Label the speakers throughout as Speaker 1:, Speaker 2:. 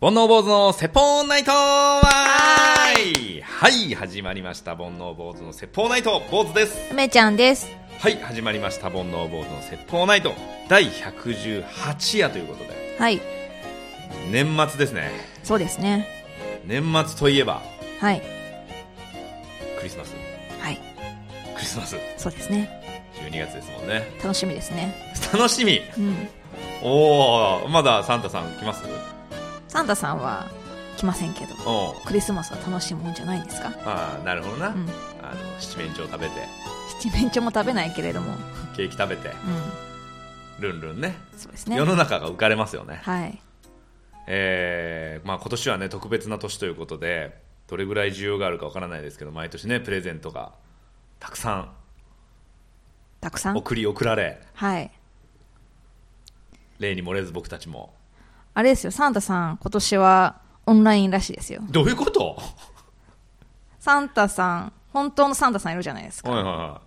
Speaker 1: 煩悩坊主の説法ナイトはいはい、始まりました。煩悩坊主の説法ナイト坊主です。
Speaker 2: 梅ちゃんです。
Speaker 1: はい、始まりました。煩悩坊主の説法ナイト第118夜ということで、
Speaker 2: はい、
Speaker 1: 年末ですね。
Speaker 2: そうですね。
Speaker 1: 年末といえば、
Speaker 2: はい、
Speaker 1: クリスマス。
Speaker 2: はい、
Speaker 1: クリスマス。
Speaker 2: そうですね。
Speaker 1: 12月ですもんね。
Speaker 2: 楽しみですね。
Speaker 1: 楽しみ
Speaker 2: うん。
Speaker 1: おー、まだサンタさん来ます
Speaker 2: サンタさんは来ませんけど、
Speaker 1: おー。
Speaker 2: クリスマスは楽しいもんじゃないですか。
Speaker 1: ああ、なるほどな。
Speaker 2: うん。
Speaker 1: あの、七面鳥食べて、
Speaker 2: 七面鳥も食べないけれども、うん。
Speaker 1: ケーキ食べて、ルンルンね。
Speaker 2: そうですね
Speaker 1: 世。の中が浮かれますよね。
Speaker 2: はい。
Speaker 1: えーまあ、今年はね特別な年ということでどれぐらい需要があるかわからないですけど毎年ねプレゼントがたくさ
Speaker 2: たくさ
Speaker 1: ん
Speaker 2: ん。
Speaker 1: 送り送られ
Speaker 2: はい。
Speaker 1: 例に漏れず僕たちも
Speaker 2: あれですよ、サンタさん、今年はオンラインらしいですよ。
Speaker 1: どういうこと
Speaker 2: サンタさん、本当のサンタさんいるじゃないですか。
Speaker 1: はいはいは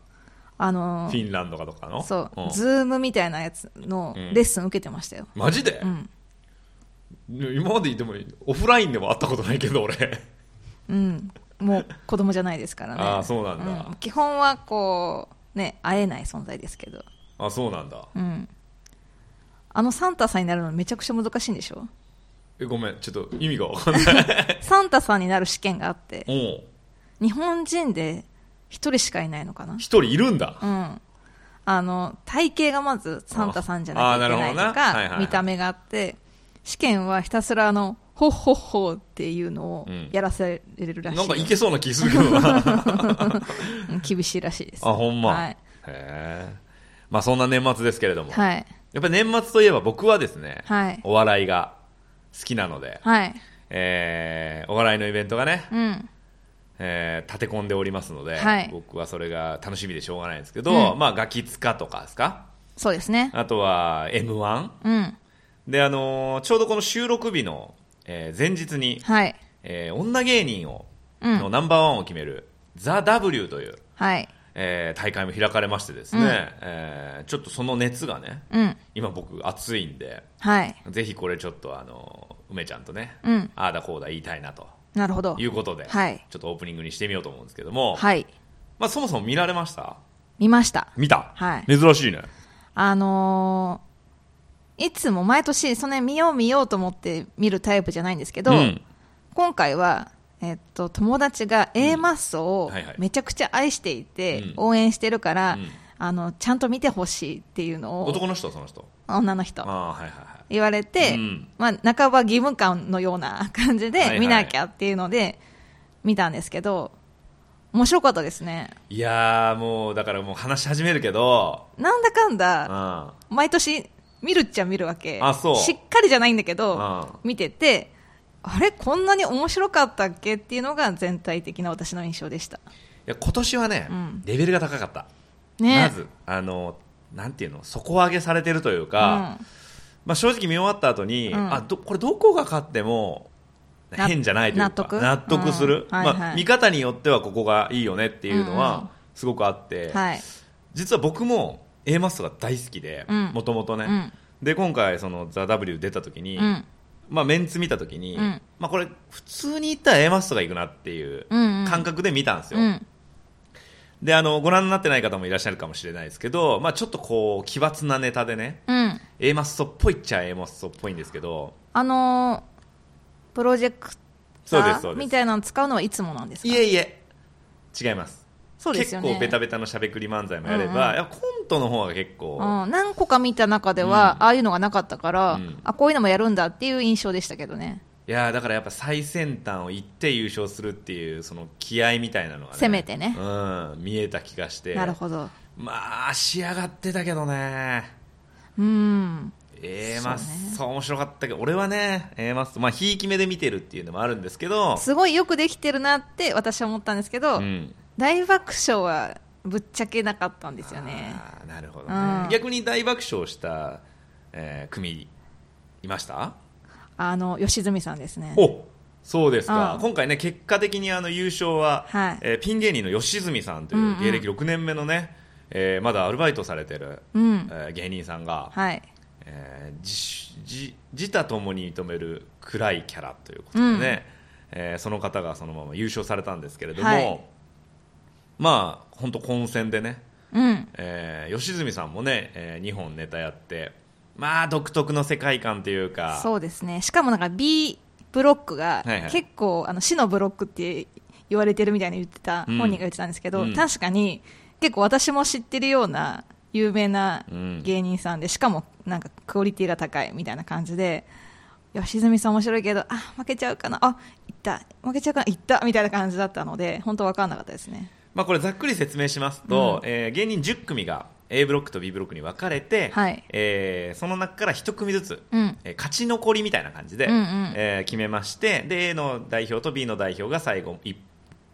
Speaker 2: あ
Speaker 1: い
Speaker 2: の
Speaker 1: フ
Speaker 2: ー
Speaker 1: ィンランドかとかの
Speaker 2: そう、
Speaker 1: ん
Speaker 2: ズームみたいなやつのレッスン受けてましたよ。
Speaker 1: マジで
Speaker 2: う、ん。
Speaker 1: 今まででもオフラインでも会ったことないけど俺
Speaker 2: うん、もう子供じゃないですからね。
Speaker 1: ああそうなんだ
Speaker 2: うん基本はこう、ね、会えない存在ですけど。
Speaker 1: あそうなんだ
Speaker 2: うん。あのサンタさんになるのめちゃくちゃ難しいんでしょ
Speaker 1: えごめんちょっと意味がわかんない
Speaker 2: サンタさんになる試験があって
Speaker 1: お、う
Speaker 2: 日本人で一人しかいないのかな
Speaker 1: 一人いるんだ
Speaker 2: うん。あの、体型がまずサンタさんじゃなきゃいけない
Speaker 1: ああなるほど
Speaker 2: と
Speaker 1: なはいはいは
Speaker 2: か、
Speaker 1: い
Speaker 2: 見た目があって、試験はひたすらあの、ほっほっほっていうのを
Speaker 1: うん
Speaker 2: やらせれるらしいよ。
Speaker 1: なんかいけそうな気するけどな
Speaker 2: うん厳しいらしいです。
Speaker 1: あほんま、
Speaker 2: はい
Speaker 1: へえまあそんな年末ですけれども、
Speaker 2: はい。
Speaker 1: やっぱ年末といえば僕はですね、
Speaker 2: はい
Speaker 1: お笑いが好きなので、
Speaker 2: はい。
Speaker 1: えーお笑いのイベントがね、
Speaker 2: うん。
Speaker 1: えー立て込んでおりますので、
Speaker 2: はい
Speaker 1: 僕はそれが楽しみでしょうがないんですけど、
Speaker 2: うん
Speaker 1: まあ、ガキツカとかですか、
Speaker 2: そうですね。
Speaker 1: あとは m 1
Speaker 2: うん。
Speaker 1: で、あのーちょうどこの収録日の、えー前日に、
Speaker 2: はい。
Speaker 1: えー女芸人を、
Speaker 2: うん
Speaker 1: のナンバーワンを決める、ザ・ W という、
Speaker 2: はい。
Speaker 1: えー大会も開かれましてですね、
Speaker 2: うん
Speaker 1: えーちょっとその熱がね、
Speaker 2: うん。
Speaker 1: 今僕熱いんで、
Speaker 2: はい。
Speaker 1: ぜひこれちょっとあの梅ちゃんとね、
Speaker 2: うん
Speaker 1: ああだこうだ言いたいなと
Speaker 2: なるほど
Speaker 1: い。うことで、
Speaker 2: はい
Speaker 1: ちょっとオープニングにしてみようと思うんですけども、
Speaker 2: はい。
Speaker 1: まあ、そもそも見られました
Speaker 2: 見ました。
Speaker 1: 見た、
Speaker 2: はい
Speaker 1: 珍しいね
Speaker 2: あのーいつも毎年、それ見よう見ようと思って見るタイプじゃないんですけど、
Speaker 1: うん
Speaker 2: 今回は、えっと、友達が A マッソ
Speaker 1: うん
Speaker 2: を
Speaker 1: はいはい
Speaker 2: めちゃくちゃ愛していて、
Speaker 1: うん
Speaker 2: 応援してるから、
Speaker 1: うん
Speaker 2: あの、ちゃんと見てほしいっていうのを、
Speaker 1: 男の人その人
Speaker 2: 女の人、
Speaker 1: ああはいはいはい
Speaker 2: 言われて、
Speaker 1: うん
Speaker 2: まあ、半ば義務感のような感
Speaker 1: は
Speaker 2: じ
Speaker 1: いは
Speaker 2: で
Speaker 1: い
Speaker 2: 見なきゃっていうので見たんですけど、面白かったですね。
Speaker 1: いやーもうだからもう話し始めるけど、
Speaker 2: なんだかん
Speaker 1: うん、
Speaker 2: だ、
Speaker 1: あ
Speaker 2: 毎年見るっちゃ見るわけ。
Speaker 1: あそう
Speaker 2: しっかりじゃないんだけ
Speaker 1: あ
Speaker 2: ど、見てて、あれこんなに面白かったっけっていうのが全体的な私の印象でした。
Speaker 1: いや今年はね、
Speaker 2: うん
Speaker 1: レベルが高かった、
Speaker 2: ね。
Speaker 1: まずあのなんていうの底上げされてるというか、まあ、正直見終わった後に、
Speaker 2: うん
Speaker 1: あどこれどこが勝っても
Speaker 2: な
Speaker 1: 変じゃないというか
Speaker 2: 納得
Speaker 1: 納得する、
Speaker 2: うんはいはい
Speaker 1: まあ、見方によってはここがいいよねっていうの
Speaker 2: うんうん
Speaker 1: はすごくあって、
Speaker 2: うん。はい。
Speaker 1: 実は僕も A マストが大好きで
Speaker 2: うん
Speaker 1: もともとね、
Speaker 2: うん
Speaker 1: で今回その「ザ・ w 出た時に、
Speaker 2: うん。
Speaker 1: まあ、メンツ見た時に、
Speaker 2: うん
Speaker 1: まあ、これ普通に行ったら A マストが行くなっていう
Speaker 2: うんうん
Speaker 1: 感覚で見たんですよ、
Speaker 2: うん。
Speaker 1: であのご覧になってない方もいらっしゃるかもしれないですけど、まあ、ちょっとこう奇抜なネタでね
Speaker 2: うん。
Speaker 1: A マストっぽいっちゃ A マストっぽいんですけど
Speaker 2: あのープロジェクタ
Speaker 1: そうですそう
Speaker 2: ー
Speaker 1: です
Speaker 2: みたいなの使うのはいつもなんですか
Speaker 1: いえいえ違います
Speaker 2: そうですよね。
Speaker 1: 結構ベタベタのしゃべくり漫才もやれば、
Speaker 2: うんうん
Speaker 1: やっぱコントの方が結構、
Speaker 2: うん、何個か見た中では、
Speaker 1: うん
Speaker 2: ああいうのがなかったから、
Speaker 1: うん
Speaker 2: あこういうのもやるんだっていう印象でしたけどね
Speaker 1: いやーだからやっぱ最先端を行って優勝するっていうその気合みたいなのがね
Speaker 2: せめてね
Speaker 1: うん、見えた気がして
Speaker 2: なるほど
Speaker 1: まあ仕上がってたけどね
Speaker 2: うん
Speaker 1: ええ
Speaker 2: そうね
Speaker 1: まあそう面白かったけど俺はねええまあひいき目で見てるっていうのもあるんですけど
Speaker 2: すごいよくできてるなって私は思ったんですけど、
Speaker 1: うん
Speaker 2: 大爆笑はぶっちゃけなかったんですよね
Speaker 1: あーなるほどね、
Speaker 2: うん
Speaker 1: 逆に大爆笑した、えー組いました
Speaker 2: あの吉住さんですね
Speaker 1: おそうですか、
Speaker 2: うん
Speaker 1: 今回ね結果的にあの優勝は、
Speaker 2: はい
Speaker 1: えーピン芸人の吉住さんと
Speaker 2: うん
Speaker 1: いううん芸歴6年目のね、えーまだアルバイトされてる、
Speaker 2: うん
Speaker 1: えー芸人さんが、
Speaker 2: はい
Speaker 1: ええー自自自他ともに認める暗いキャラということでね、えーその方がそのまま優勝されたんですけれども、
Speaker 2: はい
Speaker 1: まあ本当混戦でね、
Speaker 2: うん。
Speaker 1: えー吉住さんもね、え2本ネタやってまあ独特の世界観というか
Speaker 2: そうですね。しかもなんか B ブロックが
Speaker 1: はいはい
Speaker 2: 結構、あの死のブロックって言われてるみたいに言ってた、
Speaker 1: うん
Speaker 2: 本人が言ってたんですけど、
Speaker 1: うん
Speaker 2: 確かに結構私も知ってるような有名な
Speaker 1: うん
Speaker 2: 芸人さんで、しかもなんかクオリティが高いみたいな感じで、吉住さん面白いけど、あ、負けちゃうかな、あ、いった、負けちゃうかな、いったみたいな感じだったので、本当分かんなかったですね。
Speaker 1: まあ、これざっくり説明しますと、
Speaker 2: う
Speaker 1: えー芸人10組が A ブロックと B ブロックに分かれて、
Speaker 2: はい
Speaker 1: えーその中から1組ずつ、
Speaker 2: うん
Speaker 1: えー勝ち残りみたいな感じで、
Speaker 2: うんうん
Speaker 1: えー決めましてで A の代表と B の代表が最後1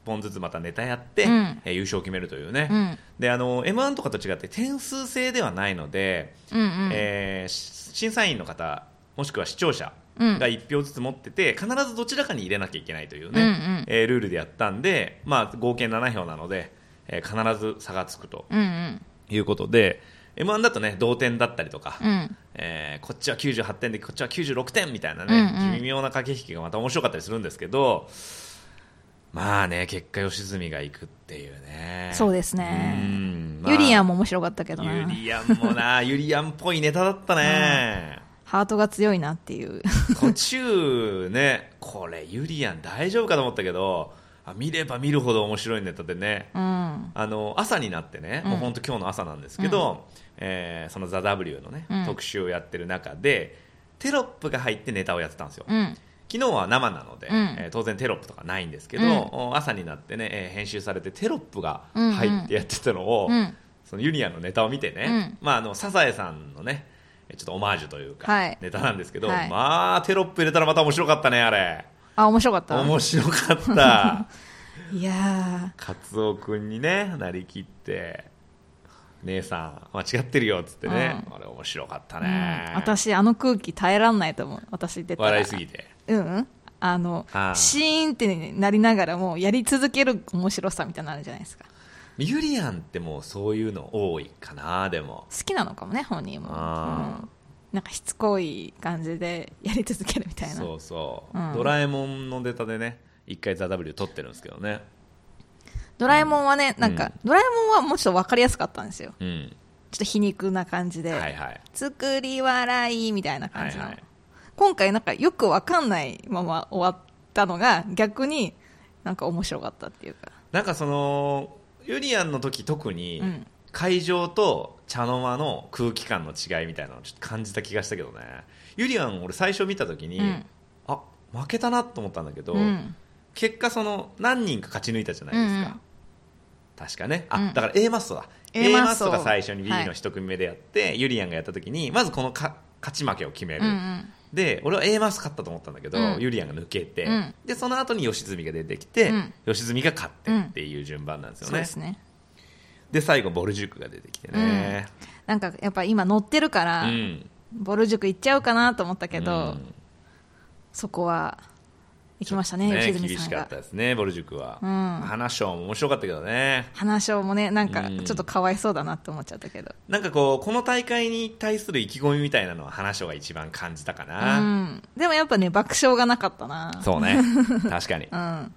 Speaker 1: 本ずつまたネタやって、
Speaker 2: うん
Speaker 1: えー優勝を決めるというね、
Speaker 2: うん
Speaker 1: であの m 1とかと違って点数制ではないので、
Speaker 2: うんうん。
Speaker 1: えーし審査員の方もしくは視聴者
Speaker 2: うん
Speaker 1: が1票ずつ持ってて必ずどちらかに入れなきゃいけないというね、
Speaker 2: うんうん
Speaker 1: えールールでやったんで、まあ、合計7票なので、えー必ず差がつくと
Speaker 2: うんうん。
Speaker 1: いうことで m 1だとね同点だったりとか、
Speaker 2: うん。
Speaker 1: えーこっちは98点でこっちは96点みたいなね、
Speaker 2: うんうん
Speaker 1: 微妙な駆け引きがまた面白かったりするんですけどまあね結果良純が行くっていうね
Speaker 2: そうですね
Speaker 1: うんまあ
Speaker 2: ユリアンも面白かったけどな。
Speaker 1: ユリアンも なユリアンっぽいネタだったね、
Speaker 2: ハートが強いなっていう。
Speaker 1: 途中ねこれユリアン大丈夫かと思ったけどあ見れば見るほど面白いネタでね
Speaker 2: うん。
Speaker 1: あの朝になってね、もう本当今日の朝なんですけど、えーその「ザ・ w のね、
Speaker 2: うん
Speaker 1: 特集をやってる中でテロップが入ってネタをやってたんですよ、
Speaker 2: うん。
Speaker 1: 昨日は生なので、
Speaker 2: うん
Speaker 1: えー当然テロップとかないんですけど、
Speaker 2: うん
Speaker 1: お朝になってね、えー編集されてテロップが入ってやってたのを、
Speaker 2: うん
Speaker 1: そのユニアンのネタを見てね、まあ、あのサザエさんのねえーちょっとオマージュというか、
Speaker 2: はい
Speaker 1: ネタなんですけど、
Speaker 2: はい
Speaker 1: まあテロップ入れたらまた面白かったねあれ
Speaker 2: あ、面白かった。
Speaker 1: 面白かった
Speaker 2: いや
Speaker 1: カツオ君にねなりきって姉さん間違ってるよっつってね、あれ面白かった
Speaker 2: ー、
Speaker 1: ね、
Speaker 2: うん、私、あの空気耐えらんないと思う。私出たら。
Speaker 1: 笑いすぎて
Speaker 2: うんうん。あの、
Speaker 1: あー
Speaker 2: シーンってなりながらも、やり続ける面白さみたいなのあるじゃないですか。
Speaker 1: ユリアンってもうそういうの多いかなでも
Speaker 2: 好きなのかもね、本人も。うん
Speaker 1: あー
Speaker 2: なんかしつこい感じでやり続けるみたいな。
Speaker 1: そうそう、
Speaker 2: うん
Speaker 1: ドラえもんのネタでね一回「ザ・ w 撮ってるんですけどね
Speaker 2: ドラえもんはね、なんか、ドラえもんはもうちょっとわかりやすかったんですよ。
Speaker 1: うん
Speaker 2: ちょっと皮肉な感じで。
Speaker 1: はいはい
Speaker 2: 作り笑いみたいな感じの、
Speaker 1: はいはい
Speaker 2: 今回なんかよくわかんないまま終わったのが逆になんか面白かったっていうか
Speaker 1: なんかそのユリアンの時特に、
Speaker 2: うん
Speaker 1: 会場と茶の間の空気感の違いみたいなのをちょっと感じた気がしたけどねユリアン俺最初見た時に、
Speaker 2: うん
Speaker 1: あ負けたなと思ったんだけど、
Speaker 2: うん
Speaker 1: 結果その何人か勝ち抜いたじゃないですか、
Speaker 2: うんうん
Speaker 1: 確かねあ、
Speaker 2: うん
Speaker 1: だから A マッソだ
Speaker 2: A
Speaker 1: A
Speaker 2: マ
Speaker 1: マ
Speaker 2: ッソ
Speaker 1: ッソが最初に B
Speaker 2: はい
Speaker 1: の一組目でやって、ユリアンがやった時にまずこのか勝ち負けを決める、
Speaker 2: うんうん
Speaker 1: で俺は A マッソ勝ったと思ったんだけど、
Speaker 2: うん
Speaker 1: ユリアンが抜けて、
Speaker 2: うん
Speaker 1: でその後に吉住が出てきて、
Speaker 2: うん
Speaker 1: 吉住が勝ってっていう順番なんですよ
Speaker 2: そう
Speaker 1: ね、
Speaker 2: ですね
Speaker 1: で最後ボルジュークが出てきてね、
Speaker 2: なんかやっぱ今乗ってるか
Speaker 1: う
Speaker 2: ら、
Speaker 1: ん
Speaker 2: ボル塾行っちゃうかなと思ったけど、
Speaker 1: うん
Speaker 2: そこは行きました
Speaker 1: ち
Speaker 2: ね
Speaker 1: ょっと
Speaker 2: 吉住
Speaker 1: 厳
Speaker 2: さ
Speaker 1: し
Speaker 2: ん
Speaker 1: か
Speaker 2: が
Speaker 1: ったですねボル塾は、
Speaker 2: うん
Speaker 1: 花賞も面白かったけどね
Speaker 2: 話をもねなんか
Speaker 1: うん
Speaker 2: ちょっとかわいそうだなって思っちゃったけど、
Speaker 1: なんかこうこの大会に対する意気込みみたいなのは花賞が一番感じたか
Speaker 2: う
Speaker 1: な、
Speaker 2: ん、でもやっぱね爆笑がなかったな
Speaker 1: そう ね確かに
Speaker 2: うん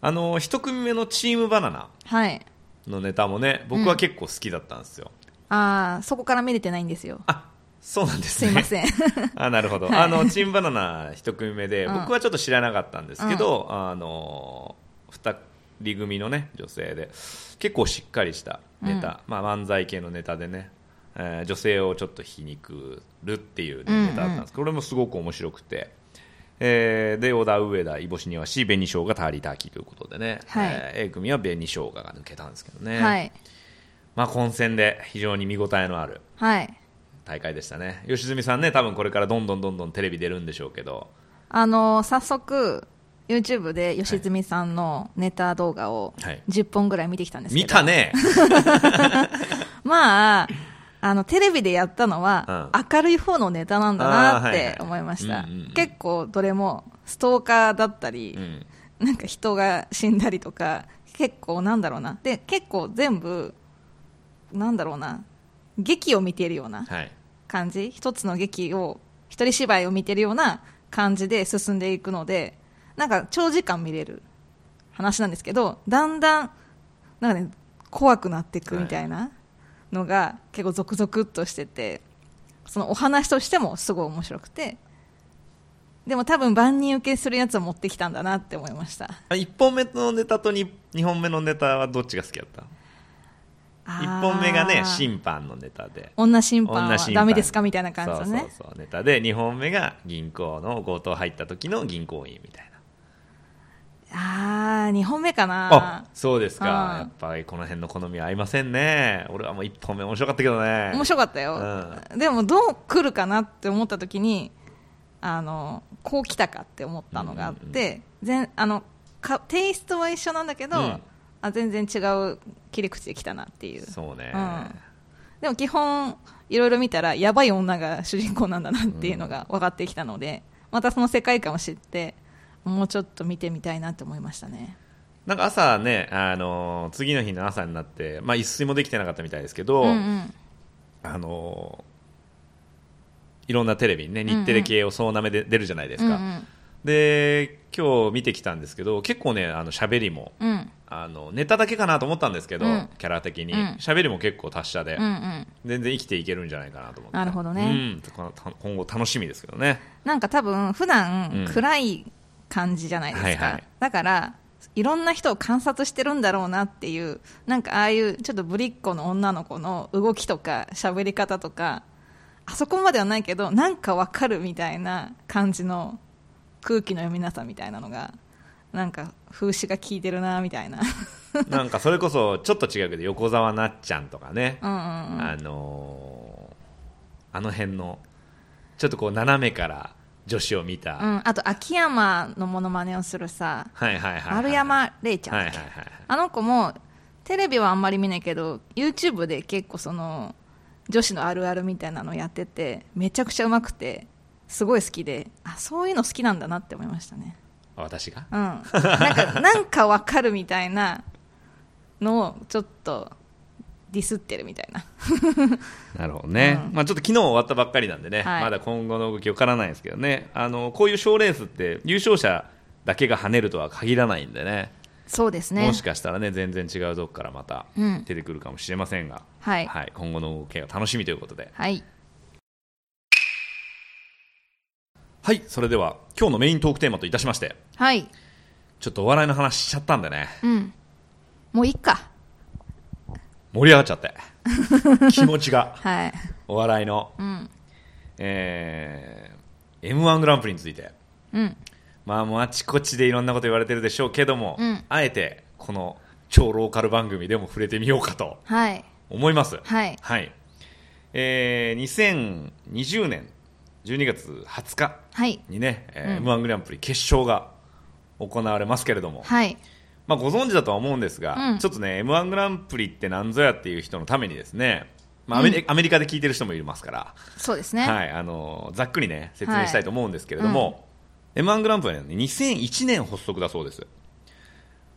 Speaker 1: あの一組目のチームバナナ
Speaker 2: はい
Speaker 1: のネタもね僕は結構好きだったんですよ、
Speaker 2: ああそこから見れてないんですよ
Speaker 1: あそうなんです
Speaker 2: す
Speaker 1: ね
Speaker 2: いま せん
Speaker 1: あなるほど、
Speaker 2: はい
Speaker 1: あのチームバナナ一組目で、
Speaker 2: うん
Speaker 1: 僕はちょっと知らなかったんですけど、あの2人組のね女性で結構しっかりしたネタ、まあ、漫才系のネタでね、えー女性をちょっと皮肉るっていうね、
Speaker 2: うんうん
Speaker 1: ネタだったんですけどこれもすごく面白くて。えーで小田上田、イボシニワシ紅生姜ターリーターキーということでね、
Speaker 2: はい
Speaker 1: えー A 組は紅生姜が抜けたんですけどね、
Speaker 2: はい
Speaker 1: まあ、混戦で非常に見応えのある
Speaker 2: はい
Speaker 1: 大会でしたね吉住さんね多分これからどんどんどんどんテレビ出るんでしょうけど
Speaker 2: あの早速 YouTube で吉住さんのネタ動画を
Speaker 1: はい
Speaker 2: 10本ぐらい見てきたんですけど、
Speaker 1: 見た ね
Speaker 2: まああのテレビでやったのは
Speaker 1: う
Speaker 2: 明るい方のネタなんだなっ
Speaker 1: あーはいは
Speaker 2: て
Speaker 1: い
Speaker 2: 思いました
Speaker 1: うんうんうん
Speaker 2: 結構どれもストーカーだったり
Speaker 1: う、ん
Speaker 2: なんか人が死んだりとか結構なんだろうなで結構全部なんだろうな劇を見ているような
Speaker 1: はい
Speaker 2: 感じ一つの劇を一人芝居を見てるような感じで進んでいくのでなんか長時間見れる話なんですけどだんだんなんか、ね、怖くなっていくみたいなのが結構ゾクゾクっとしててそのお話としてもすごい面白くてでも多分万人受けするやつを持ってきたんだなって思いました
Speaker 1: あ1本目のネタと 2, 2本目のネタはどっちが好きだった1本目がね
Speaker 2: あー
Speaker 1: 審判のネタで
Speaker 2: 女審判
Speaker 1: 女
Speaker 2: は
Speaker 1: 審判
Speaker 2: ダメですかみたいな感じ
Speaker 1: そう
Speaker 2: だ
Speaker 1: そう
Speaker 2: ね
Speaker 1: そうネタで2本目が銀行の強盗入った時の銀行員みたいな
Speaker 2: ああ2本目か
Speaker 1: あ
Speaker 2: な
Speaker 1: そうですか
Speaker 2: うん
Speaker 1: やっぱりこの辺の好みは合いませんね俺はもう1本目面白かったけどね
Speaker 2: 面白かったよ、でもどう来るかなって思った時にあのこう来たかって思ったのがあって、全あのかテイストは一緒なんだけど、
Speaker 1: うん
Speaker 2: あ全然違う切り口で来たなっていう
Speaker 1: そうね、
Speaker 2: うんでも基本いろいろ見たらやばい女が主人公なんだなっていうのが分かってきたので、またその世界観を知ってもうちょっと見てみたいなって思いましたね
Speaker 1: なんか朝ね、あのー次の日の朝になって、まあ、一睡もできてなかったみたいですけど、
Speaker 2: うんうん
Speaker 1: あのーいろんなテレビにね日テレ系を総なめで出るじゃないですか、
Speaker 2: うんうん
Speaker 1: で今日見てきたんですけど結構ねあの喋りも
Speaker 2: うん
Speaker 1: あのネタだけかなと思ったんですけど、
Speaker 2: うん
Speaker 1: キャラ的に
Speaker 2: うん
Speaker 1: 喋、りも結構達者で、
Speaker 2: うんうん
Speaker 1: 全然生きていけるんじゃないかなと思って
Speaker 2: なるほどね
Speaker 1: うんこのた今後楽しみですけどね
Speaker 2: なんか多分普段
Speaker 1: うん
Speaker 2: 暗い感じじゃないですか、
Speaker 1: はいはい
Speaker 2: だからいろんな人を観察してるんだろうなっていうなんかああいうちょっとぶりっ子の女の子の動きとか喋り方とかあそこまではないけどなんかわかるみたいな感じの空気の読みなさみたいなのがなんか風刺が効いてるなみたいな
Speaker 1: なんかそれこそちょっと違うけど横澤なっちゃんとかね、
Speaker 2: うんうんうん
Speaker 1: あのーあの辺のちょっとこう斜めから女子を見た、
Speaker 2: うん、あと秋山のモノマネをするさ
Speaker 1: はいはいはい、はい、
Speaker 2: 丸山礼ちゃんだっけ、
Speaker 1: はいはいはいはい
Speaker 2: あの子もテレビはあんまり見ないけど YouTube で結構その女子のあるあるみたいなのやっててめちゃくちゃうまくてすごい好きであそういうの好きなんだなって思いましたね、
Speaker 1: あ私が
Speaker 2: うん、なん かなんかわかるみたいなのをちょっとディスってるみたいな
Speaker 1: なるほどね、まあ、ちょっと昨日終わったばっかりなんでね、
Speaker 2: はい
Speaker 1: まだ今後の動きわからないですけどねあのこういう賞レースって優勝者だけが跳ねるとは限らないんでね
Speaker 2: そうですね
Speaker 1: もしかしたらね全然違うとこからまた
Speaker 2: うん
Speaker 1: 出てくるかもしれませんが、
Speaker 2: はい、
Speaker 1: はい、今後の動きが楽しみということで
Speaker 2: はい、
Speaker 1: はいそれでは今日のメイントークテーマといたしまして
Speaker 2: はい、
Speaker 1: ちょっとお笑いの話しちゃったんでね
Speaker 2: うんもういいか
Speaker 1: 盛り上がっちゃって 気持ちが
Speaker 2: はい
Speaker 1: お笑いの、
Speaker 2: うん
Speaker 1: えー、m 1グランプリについて
Speaker 2: うん
Speaker 1: まあもうあちこちでいろんなこと言われてるでしょうけども、
Speaker 2: うん
Speaker 1: あえてこの超ローカル番組でも触れてみようかと
Speaker 2: はい
Speaker 1: 思います。
Speaker 2: はい
Speaker 1: えー2020年12月20日
Speaker 2: はい
Speaker 1: にね、え
Speaker 2: うん
Speaker 1: m 1グランプリ決勝が行われますけれども、
Speaker 2: はい
Speaker 1: まあ、ご存知だとは思うんですが、
Speaker 2: うん
Speaker 1: ちょっとね m 1グランプリって何ぞやっていう人のためにですね、まあアメリアメリカで聞いてる人もいますから、
Speaker 2: そうですね、
Speaker 1: はい、あのざっくりね説明したいと思うんですけれども、m 1グランプリは、ね、2001年発足だそうです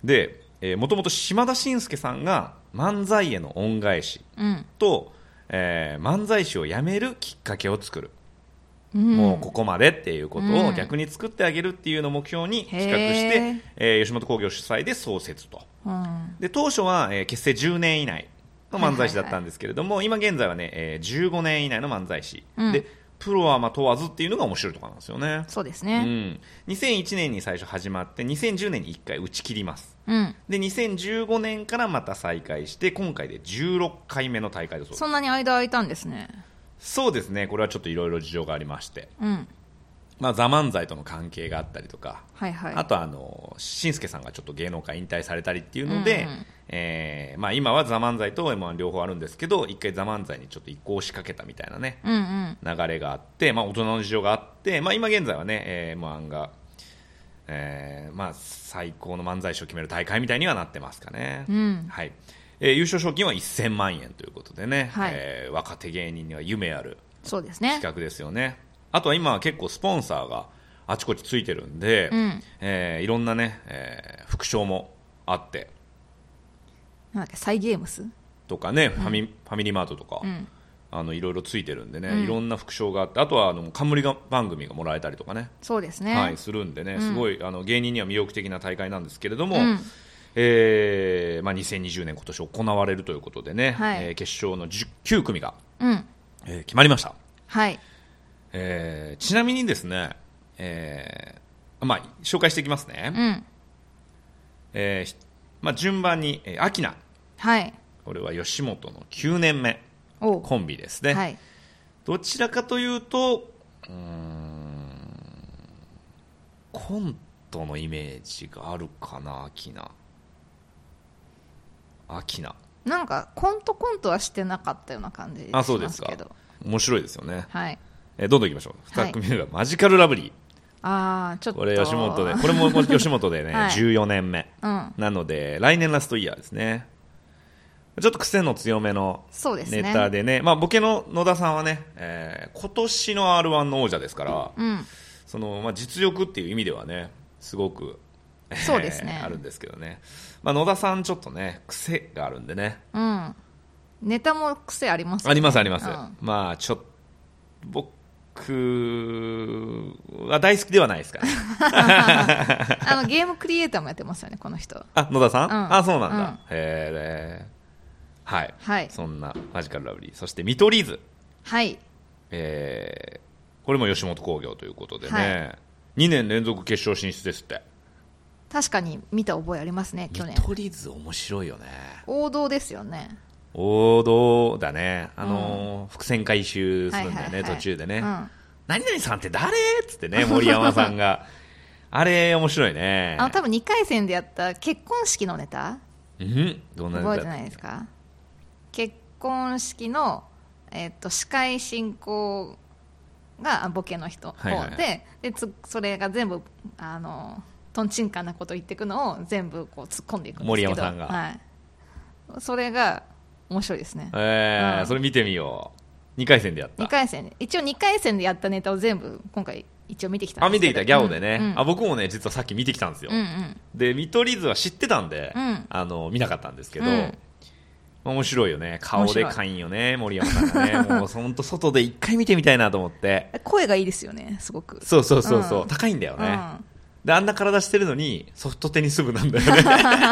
Speaker 1: で、えー、もともと島田紳介さんが漫才への恩返し
Speaker 2: うん
Speaker 1: と、えー漫才師を辞めるきっかけを作る、
Speaker 2: うん
Speaker 1: もうここまでっていうこと
Speaker 2: う
Speaker 1: を
Speaker 2: ん
Speaker 1: 逆に作ってあげるっていうのを目標に企画し
Speaker 2: へ
Speaker 1: て、えー吉本興業主催で創設と
Speaker 2: うん
Speaker 1: で当初は、えー結成10年以内の漫才師だったんですけれども、今現在はね、えー15年以内の漫才師、
Speaker 2: うん
Speaker 1: でプロはまあ問わずっていうのが面白いところなんですよね、
Speaker 2: そうです
Speaker 1: う
Speaker 2: ね。
Speaker 1: ん、2001年に最初始まって2010年に1回打ち切ります
Speaker 2: うん。
Speaker 1: で2015年からまた再開して今回で16回目の大会だそうです
Speaker 2: そんなに間空いたんですね。
Speaker 1: そうですねこれはちょっといろいろ事情がありまして
Speaker 2: うん。
Speaker 1: 「まあ、ザ漫才との関係があったりとか
Speaker 2: はいはい。
Speaker 1: あとあの紳助さんがちょっと芸能界引退されたりっていうので、
Speaker 2: うんうん
Speaker 1: えーまあ、今は「ザ漫才と「m 1両方あるんですけど一回「ザ漫才にちょっと移行しかけたみたいなね
Speaker 2: うんうん。
Speaker 1: 流れがあって、まあ、大人の事情があって、まあ、今現在はね「m 1が、えーまあ、最高の漫才師を決める大会みたいにはなってますかね、
Speaker 2: うん
Speaker 1: はいえー優勝賞金は1000万円ということでね、
Speaker 2: はい
Speaker 1: えー若手芸人には夢ある
Speaker 2: そうですね。
Speaker 1: 企画ですよねあとは今は結構スポンサーがあちこちついてるんで、
Speaker 2: うん
Speaker 1: えーいろんなね、えー副賞もあって
Speaker 2: なんだっけ、サイゲームス
Speaker 1: とかね、ファミファミリーマートとか、
Speaker 2: うん。
Speaker 1: あのいろいろついてるんでね、
Speaker 2: うん
Speaker 1: いろんな副賞があってあとはあの冠が番組がもらえたりとかね
Speaker 2: そうですね、
Speaker 1: はい、するんでね、すごいあの芸人には魅力的な大会なんですけれども、
Speaker 2: うん
Speaker 1: えーまあ、2020年、今年行われるということでね、
Speaker 2: はい
Speaker 1: えー決勝の10 9組が、
Speaker 2: うん
Speaker 1: えー決まりました、
Speaker 2: はい
Speaker 1: えーちなみにですね、えーまあ、紹介していきますね、
Speaker 2: うん
Speaker 1: えーひまあ、順番に、えー、アキナ
Speaker 2: はい
Speaker 1: これは吉本の9年目
Speaker 2: おう
Speaker 1: コンビですね、
Speaker 2: はい
Speaker 1: どちらかというとうーんコントのイメージがあるかなアキナアキナ
Speaker 2: なんかコントコントはしてなかったような感じし
Speaker 1: あ
Speaker 2: ま
Speaker 1: そうです
Speaker 2: す
Speaker 1: か
Speaker 2: けど
Speaker 1: 面白いですよね、
Speaker 2: はい
Speaker 1: えーどんどんいきましょう
Speaker 2: はい
Speaker 1: 2組目がマジカルラブリー、
Speaker 2: ああちょっと
Speaker 1: これ吉本でこれももう吉本でね、
Speaker 2: はい
Speaker 1: 14年目
Speaker 2: うん
Speaker 1: なので来年ラストイヤーですねちょっと癖の強めの
Speaker 2: そうですね
Speaker 1: ネタでねまあ、ボケの野田さんはね、えー今年の r 1の王者ですから、
Speaker 2: うん
Speaker 1: そのまあ、実力っていう意味ではねすごく、えー
Speaker 2: そうですね
Speaker 1: あるんですけどね、まあ、野田さんちょっとね癖があるんでね
Speaker 2: うんネタも癖ありますよね
Speaker 1: ありますあります、
Speaker 2: うん
Speaker 1: まあちょっ僕は大好きではないですから
Speaker 2: あのゲームクリエイターもやってますよねこの人
Speaker 1: あ野田さん、
Speaker 2: うん
Speaker 1: あそうなんだ、
Speaker 2: うん
Speaker 1: へえはい、
Speaker 2: はい
Speaker 1: そんなマジカルラブリーそして見取り図
Speaker 2: はい
Speaker 1: えーこれも吉本興業ということでね、
Speaker 2: は
Speaker 1: 2年連続決勝進出ですって
Speaker 2: 確かに見た覚えありますね去年
Speaker 1: 取り図面白いよね
Speaker 2: 王道ですよね
Speaker 1: 王道だねあのー伏線回収するんだよね、
Speaker 2: はいはいはい
Speaker 1: 途中でね、
Speaker 2: うん
Speaker 1: 何々さんって誰っつってね森山さん があれ面白いね
Speaker 2: あの多分2回戦でやった結婚式のネタ
Speaker 1: うんどんなネタ
Speaker 2: 覚えてないですか結婚式の、えっと司会進行があボケの人、
Speaker 1: はいはいはい
Speaker 2: ででつそれが全部あのとんちんかんなこと言っていくのを全部こう突っ込んでいくんですけど
Speaker 1: 森山さんが
Speaker 2: はい、それが面白いですね
Speaker 1: えー
Speaker 2: うん
Speaker 1: それ見てみよう2回戦でやった
Speaker 2: 2回戦で一応2回戦でやったネタを全部今回一応見てきた
Speaker 1: あ
Speaker 2: んで
Speaker 1: 見
Speaker 2: すけ
Speaker 1: て
Speaker 2: ど
Speaker 1: きたギャオでね、
Speaker 2: うんうん
Speaker 1: あ僕もね実はさっき見てきたんですよ、
Speaker 2: うんうん
Speaker 1: で見取り図は知ってたんで、
Speaker 2: うん
Speaker 1: あの見なかったんですけど、
Speaker 2: うん
Speaker 1: まあ面白いよね顔
Speaker 2: 面
Speaker 1: で
Speaker 2: 白い
Speaker 1: かいんよね森山さんがね もう本当外で一回見てみたいなと思って
Speaker 2: 声がいいですよねすごく
Speaker 1: そうそうそうそう、
Speaker 2: うん
Speaker 1: 高いんだよね、
Speaker 2: うん
Speaker 1: であんな体してるのにソフトテニス部なんだよ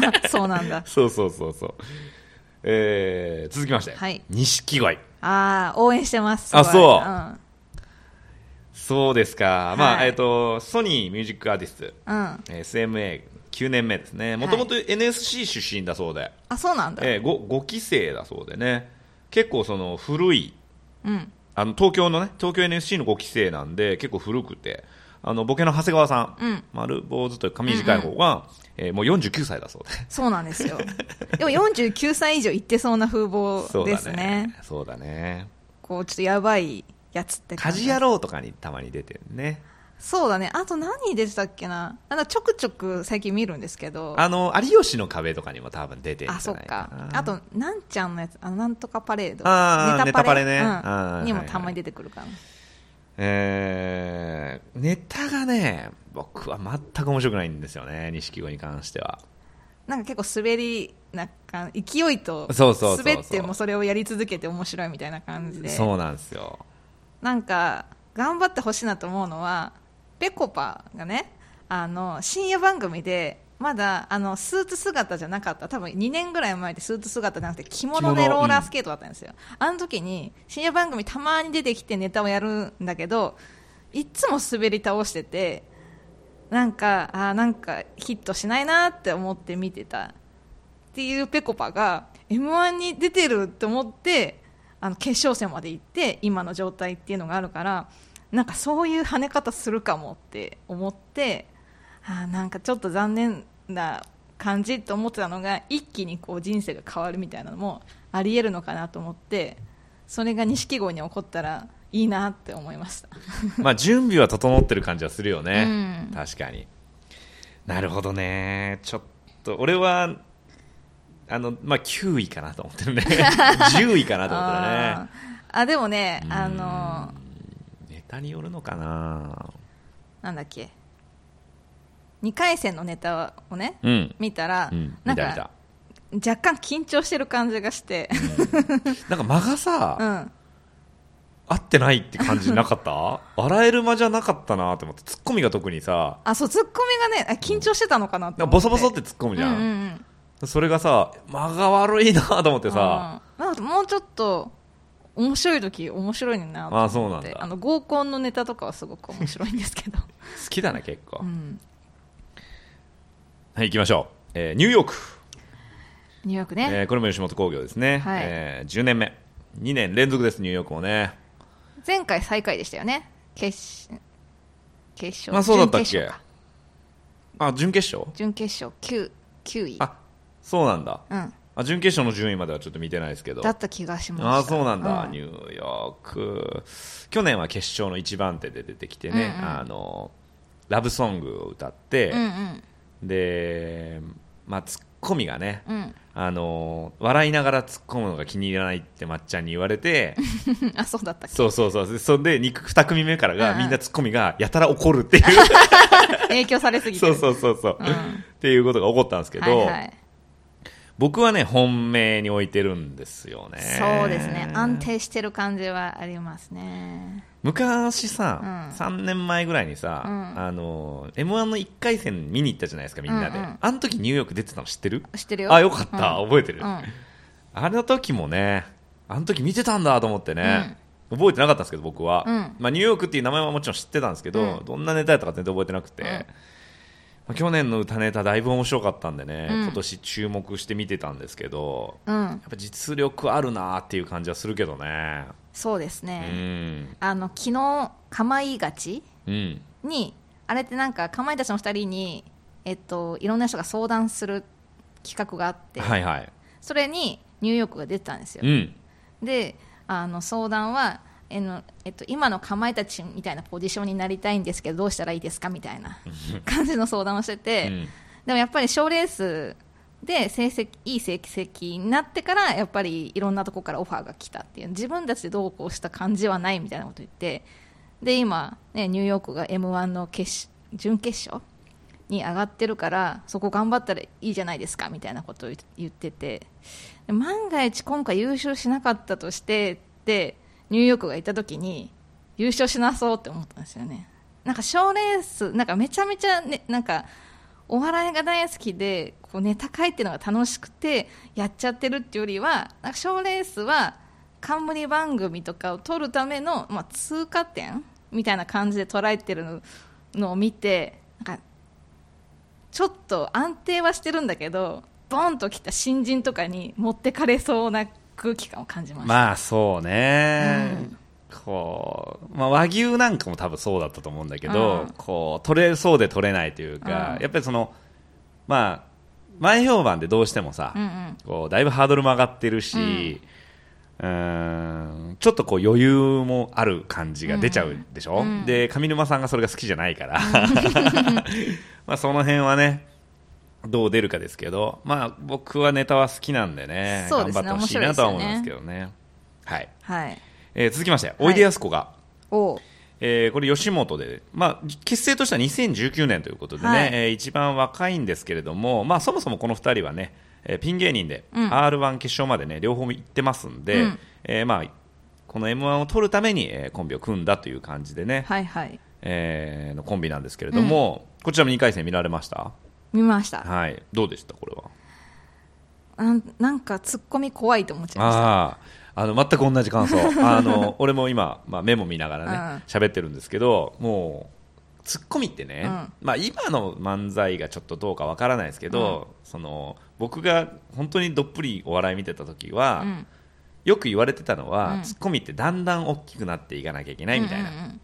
Speaker 1: ね
Speaker 2: そうなんだ
Speaker 1: そうそうそうそうえー、続きまして
Speaker 2: はい
Speaker 1: 錦鯉
Speaker 2: ああ応援してますすごい
Speaker 1: あそう
Speaker 2: うん
Speaker 1: そうですか、ま
Speaker 2: は
Speaker 1: あ
Speaker 2: い
Speaker 1: えっ、とソニーミュージックアーティス
Speaker 2: うん、
Speaker 1: ト SMA9 年目ですねもともと NSC 出身だそうで、
Speaker 2: あそうなんだ、
Speaker 1: えー、5, 期生だそうでね結構その古い
Speaker 2: うん、
Speaker 1: あの東京のね東京 NSC の5期生なんで結構古くてあのボケの長谷川さん、
Speaker 2: うん
Speaker 1: 丸坊主というか短い方が、えーもう49歳だそうで
Speaker 2: そうなんですよでも49歳以上いってそうな風
Speaker 1: そ
Speaker 2: 貌
Speaker 1: うだ
Speaker 2: ですね
Speaker 1: そうだね
Speaker 2: こうちょっとやばいやつって
Speaker 1: 家
Speaker 2: 感
Speaker 1: 事
Speaker 2: じ
Speaker 1: 野郎とかにたまに出てるね
Speaker 2: そうだねあと何出てたっけなあのちょくちょく最近見るんですけど
Speaker 1: あの有吉の壁とかにも多分出てるん
Speaker 2: あ
Speaker 1: じゃ
Speaker 2: そっ
Speaker 1: ないか
Speaker 2: か
Speaker 1: な
Speaker 2: あとなんちゃんのやつあのなんとかパレード
Speaker 1: あーネ
Speaker 2: う
Speaker 1: タ
Speaker 2: ん
Speaker 1: パレねあー
Speaker 2: にも
Speaker 1: はいはい
Speaker 2: たまに出てくるかな、
Speaker 1: えーネタがね僕は全く面白くないんですよね錦鯉に関しては
Speaker 2: なんか結構滑りなんか勢いと
Speaker 1: そうそうそうそう
Speaker 2: 滑ってもそれをやり続けて面白いみたいな感じで
Speaker 1: そうなんですよ
Speaker 2: なんか頑張ってほしいなと思うのはぺこぱがねあの深夜番組でまだあのスーツ姿じゃなかった多分2年ぐらい前でスーツ姿じゃなくて着物
Speaker 1: 着
Speaker 2: で
Speaker 1: 物
Speaker 2: ローラースケートだったんですよ、あの時に深夜番組たまに出てきてネタをやるんだけどいっつも滑り倒しててなんかあーなんかヒットしないなって思って見てたっていうぺこぱが m 1に出てるって思ってあの決勝戦まで行って今の状態っていうのがあるからなんかそういう跳ね方するかもって思ってあーなんかちょっと残念な感じと思ってたのが一気にこう人生が変わるみたいなのもありえるのかなと思ってそれが錦鯉に起こったらいいなって思いました。
Speaker 1: まあ準備は整ってる感じはするよね、
Speaker 2: うん
Speaker 1: 確かになるほどねちょっと俺はあの、まあ、9位かなと思 ってるね10位かなと思ってるね
Speaker 2: あーあでもねあの
Speaker 1: ネタによるのかな
Speaker 2: なんだっけ2回戦のネタをね、
Speaker 1: うん、
Speaker 2: 見たら、
Speaker 1: うん、見
Speaker 2: なん
Speaker 1: た見
Speaker 2: か
Speaker 1: た
Speaker 2: 若干緊張してる感じがして、
Speaker 1: なんか間がさ、
Speaker 2: うん、
Speaker 1: 合ってないって感じなかった笑える間じゃなかったなと思ってツッコミが特にさ
Speaker 2: あそうツッコミがねあ緊張してたのかなって
Speaker 1: なんか
Speaker 2: 思
Speaker 1: ボ
Speaker 2: って
Speaker 1: ソボソってツッコむじゃん、
Speaker 2: うんうんうん
Speaker 1: それがさ間が悪いなと思ってさ
Speaker 2: うんなんかもうちょっと面白い時面白いねんなと思って
Speaker 1: あそうなんだ
Speaker 2: あの合コンのネタとかはすごく面白いんです けど、
Speaker 1: 好きだな結構、
Speaker 2: うん、
Speaker 1: はい行きましょう、えーニューヨーク、
Speaker 2: ニューヨークね、
Speaker 1: えーこれも吉本興業ですね、
Speaker 2: はい
Speaker 1: えー10年目2年連続ですニューヨークもね
Speaker 2: 前回最下位でしたよね決勝決勝
Speaker 1: まあそうだったっけ
Speaker 2: 準決勝か
Speaker 1: あ準決勝
Speaker 2: 準決勝 9, 9位
Speaker 1: あそうなんだ
Speaker 2: うん、
Speaker 1: あ準決勝の順位まではちょっと見てないですけど
Speaker 2: だった気がしました
Speaker 1: ああそうなんだ、
Speaker 2: う
Speaker 1: ニューヨーク去年は決勝の一番手で出てきてね、
Speaker 2: うんうん
Speaker 1: あのラブソングを歌って
Speaker 2: う、ん
Speaker 1: で、まあ、ツッコミがね、
Speaker 2: うんうん
Speaker 1: あの笑いながら突っ込むのが気に入らないってまっちゃんに言われ て
Speaker 2: うんあそうだったっけ
Speaker 1: そうそうそうでそんで 2, 組目からが、
Speaker 2: うんうん
Speaker 1: みんな突っ込みがやたら怒るっていう
Speaker 2: 影響されすぎて
Speaker 1: そ
Speaker 2: る
Speaker 1: うそうそうそう、
Speaker 2: うん
Speaker 1: っていうことが起こったんですけど、
Speaker 2: はいはい
Speaker 1: 僕はね本命に置いてるんですよね
Speaker 2: そうですね安定してる感じはありますね
Speaker 1: 昔さ、
Speaker 2: うん
Speaker 1: 3年前ぐらいにさ、
Speaker 2: うん
Speaker 1: あの m 1の1回戦見に行ったじゃないですかみんなで、
Speaker 2: うんうん
Speaker 1: あの時ニューヨーク出てたの知ってる
Speaker 2: 知ってるよ
Speaker 1: あよかった、覚えてる、
Speaker 2: うん
Speaker 1: あの時もねあの時見てたんだと思ってね、覚えてなかったんですけど僕は、
Speaker 2: うん
Speaker 1: まあ、ニューヨークっていう名前はもちろん知ってたんですけど、
Speaker 2: うん
Speaker 1: どんなネタやったか全然覚えてなくて、
Speaker 2: うん
Speaker 1: まあ去年の歌ネタだいぶ面白かったんでね、
Speaker 2: うん
Speaker 1: 今年注目して見てたんですけど
Speaker 2: うん、
Speaker 1: やっぱ実力あるなっていう感じはするけどね
Speaker 2: そうです
Speaker 1: う
Speaker 2: ね、
Speaker 1: ん
Speaker 2: あの昨日かまいがち
Speaker 1: うん
Speaker 2: にあれってなんかかまいたちの2人に、えっと、いろんな人が相談する企画があって、
Speaker 1: はいはい
Speaker 2: それにニューヨークが出てたんですよ、
Speaker 1: うん
Speaker 2: であの相談はえの、えっと、今のかまいたちみたいなポジションになりたいんですけどどうしたらいいですかみたいな感じの相談をしてて、
Speaker 1: うん
Speaker 2: でもやっぱり賞レースで成績いい成績になってからやっぱりいろんなとこからオファーが来たっていう自分たちでどうこうした感じはないみたいなこと言ってで今、ね、ニューヨークが m 1の決し準決勝に上がってるからそこ頑張ったらいいじゃないですかみたいなことを言言っててで万が一今回優勝しなかったとしてってニューヨークが行った時に優勝しなそうって思ったんですよねなんか賞レースなんかめちゃめちゃ、ね、なんかお笑いが大好きでこうネタ書いてるのが楽しくてやっちゃってるっていうよりはなんか賞レースは冠番組とかを取るための、まあ、通過点みたいな感じで捉えてるののを見てなんかちょっと安定はしてるんだけどボンと来た新人とかに持ってかれそうな空気感を感じました、
Speaker 1: まあそうね、
Speaker 2: うん
Speaker 1: こうまあ、和牛なんかも多分そうだったと思うんだけど、
Speaker 2: うん
Speaker 1: こう取れそうで取れないというか、
Speaker 2: うん
Speaker 1: やっぱりその、まあ、前評判でどうしてもさ、
Speaker 2: うんうん
Speaker 1: こうだいぶハードルも上がってるし、うーんちょっとこう余裕もある感じが出ちゃうでしょ、
Speaker 2: うん
Speaker 1: で上沼さんがそれが好きじゃないから まあその辺はねどう出るかですけど、まあ、僕はネタは好きなんでね
Speaker 2: そうですね
Speaker 1: 頑張ってほしい
Speaker 2: 面白いで
Speaker 1: な
Speaker 2: す
Speaker 1: とは
Speaker 2: よね
Speaker 1: 思いますけどねはい、
Speaker 2: はい
Speaker 1: えー続きまして
Speaker 2: い
Speaker 1: おいでやすこが、
Speaker 2: おう
Speaker 1: えーこれ吉本で、まあ、結成としては2019年ということでね、
Speaker 2: はい
Speaker 1: えー一番若いんですけれども、まあ、そもそもこの2人はね、えーピン芸人で、
Speaker 2: うん
Speaker 1: r 1決勝までね両方行ってますんで、
Speaker 2: うん
Speaker 1: えーまあ、この m 1を取るために、えーコンビを組んだという感じでね、
Speaker 2: はいはい
Speaker 1: えーのコンビなんですけれども、こちらも2回戦見られました、
Speaker 2: 見ました
Speaker 1: はい、どうでした、これは。
Speaker 2: なんなんかツッコミ怖いと思っちゃいました
Speaker 1: あああの全く同じ 感想あの俺も今、まあ、メモ見ながらね喋ってるんですけどもうツッコミってね、まあ、今の漫才がちょっとどうかわからないですけど、その僕が本当にどっぷりお笑い見てた時は、
Speaker 2: うん
Speaker 1: よく言われてたのは、
Speaker 2: うん
Speaker 1: ツッコミってだんだん大きくなっていかなきゃいけないみたいな、
Speaker 2: うんうんうん
Speaker 1: だか